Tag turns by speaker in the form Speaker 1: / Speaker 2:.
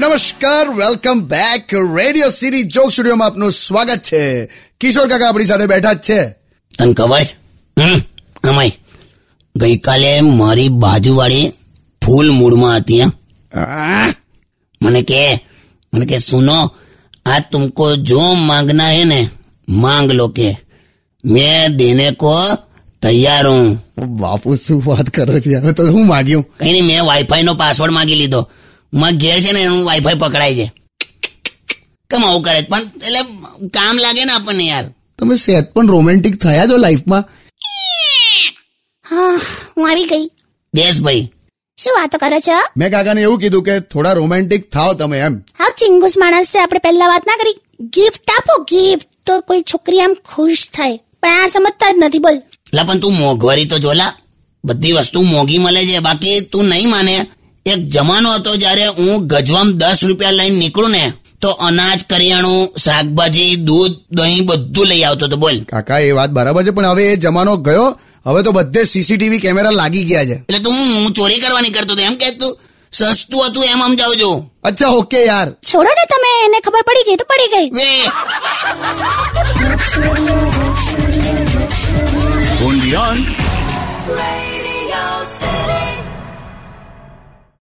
Speaker 1: નમસ્કાર welcome back radio city joke સ્ટુડિયોમાં આપનું સ્વાગત છે કિશોર કાકા આપણી સાથે બેઠા જ છે
Speaker 2: તને ખબર છે? હમ, અમાય ગઈકાલે મારી બાજુવાળી ફૂલ મૂડમાં હતી હં. આહ, મને કે મને કે સુનો આ तुमको जो मांगना है ને માંગ લો કે મેં દેને કો તૈયાર હું
Speaker 1: બાપુ શું વાત કરો છો હવે તો હું માગ્યું
Speaker 2: કઈ નહીં મેં વાઈફાઈ નો પાસવર્ડ માંગી લીધો મારા ઘેર છે ને એનું વાઈફાઈ પકડાય છે કેમ આવું કરે છે? પણ એટલે કામ લાગે ને આપણને યાર
Speaker 1: તમે સેત પણ રોમેન્ટિક થયા છો લાઈફમાં
Speaker 3: હા હું આવી ગઈ
Speaker 2: બેસ ભાઈ
Speaker 3: શું વાતો કરો છો
Speaker 1: મેં કાકાને એવું કીધું કે થોડા રોમેન્ટિક થાઓ તમે એમ
Speaker 3: હા ચિંગુસ માણસ છે આપણે પહેલા વાત ના કરી ગિફ્ટ આપો ગિફ્ટ તો કોઈ છોકરી આમ ખુશ થાય પણ આ સમજતા જ નથી બોલ
Speaker 2: લા પણ તું મોંઘવારી તો જોલા બધી વસ્તુ મોંઘી મળે છે બાકી તું નહીં માને એક જમાનો હતો જ્યારે હું ગજવામ દસ રૂપિયા લઈને નીકળું ને તો અનાજ કરિયાણું શાકભાજી દૂધ દહીં બધું લઈ આવતો હતો બોલ
Speaker 1: કાકા એ વાત બરાબર છે પણ હવે એ જમાનો ગયો હવે તો બધે સીસીટીવી કેમેરા લાગી ગયા છે
Speaker 2: એટલે તું હું ચોરી કરવાની કરતો હતો એમ કે તું સસ્તું હતું એમ સમજાવજો
Speaker 1: અચ્છા ઓકે યાર
Speaker 3: છોડો ને તમે એને ખબર પડી ગઈ તો પડી ગઈ
Speaker 2: વે
Speaker 4: Only on
Speaker 5: Radio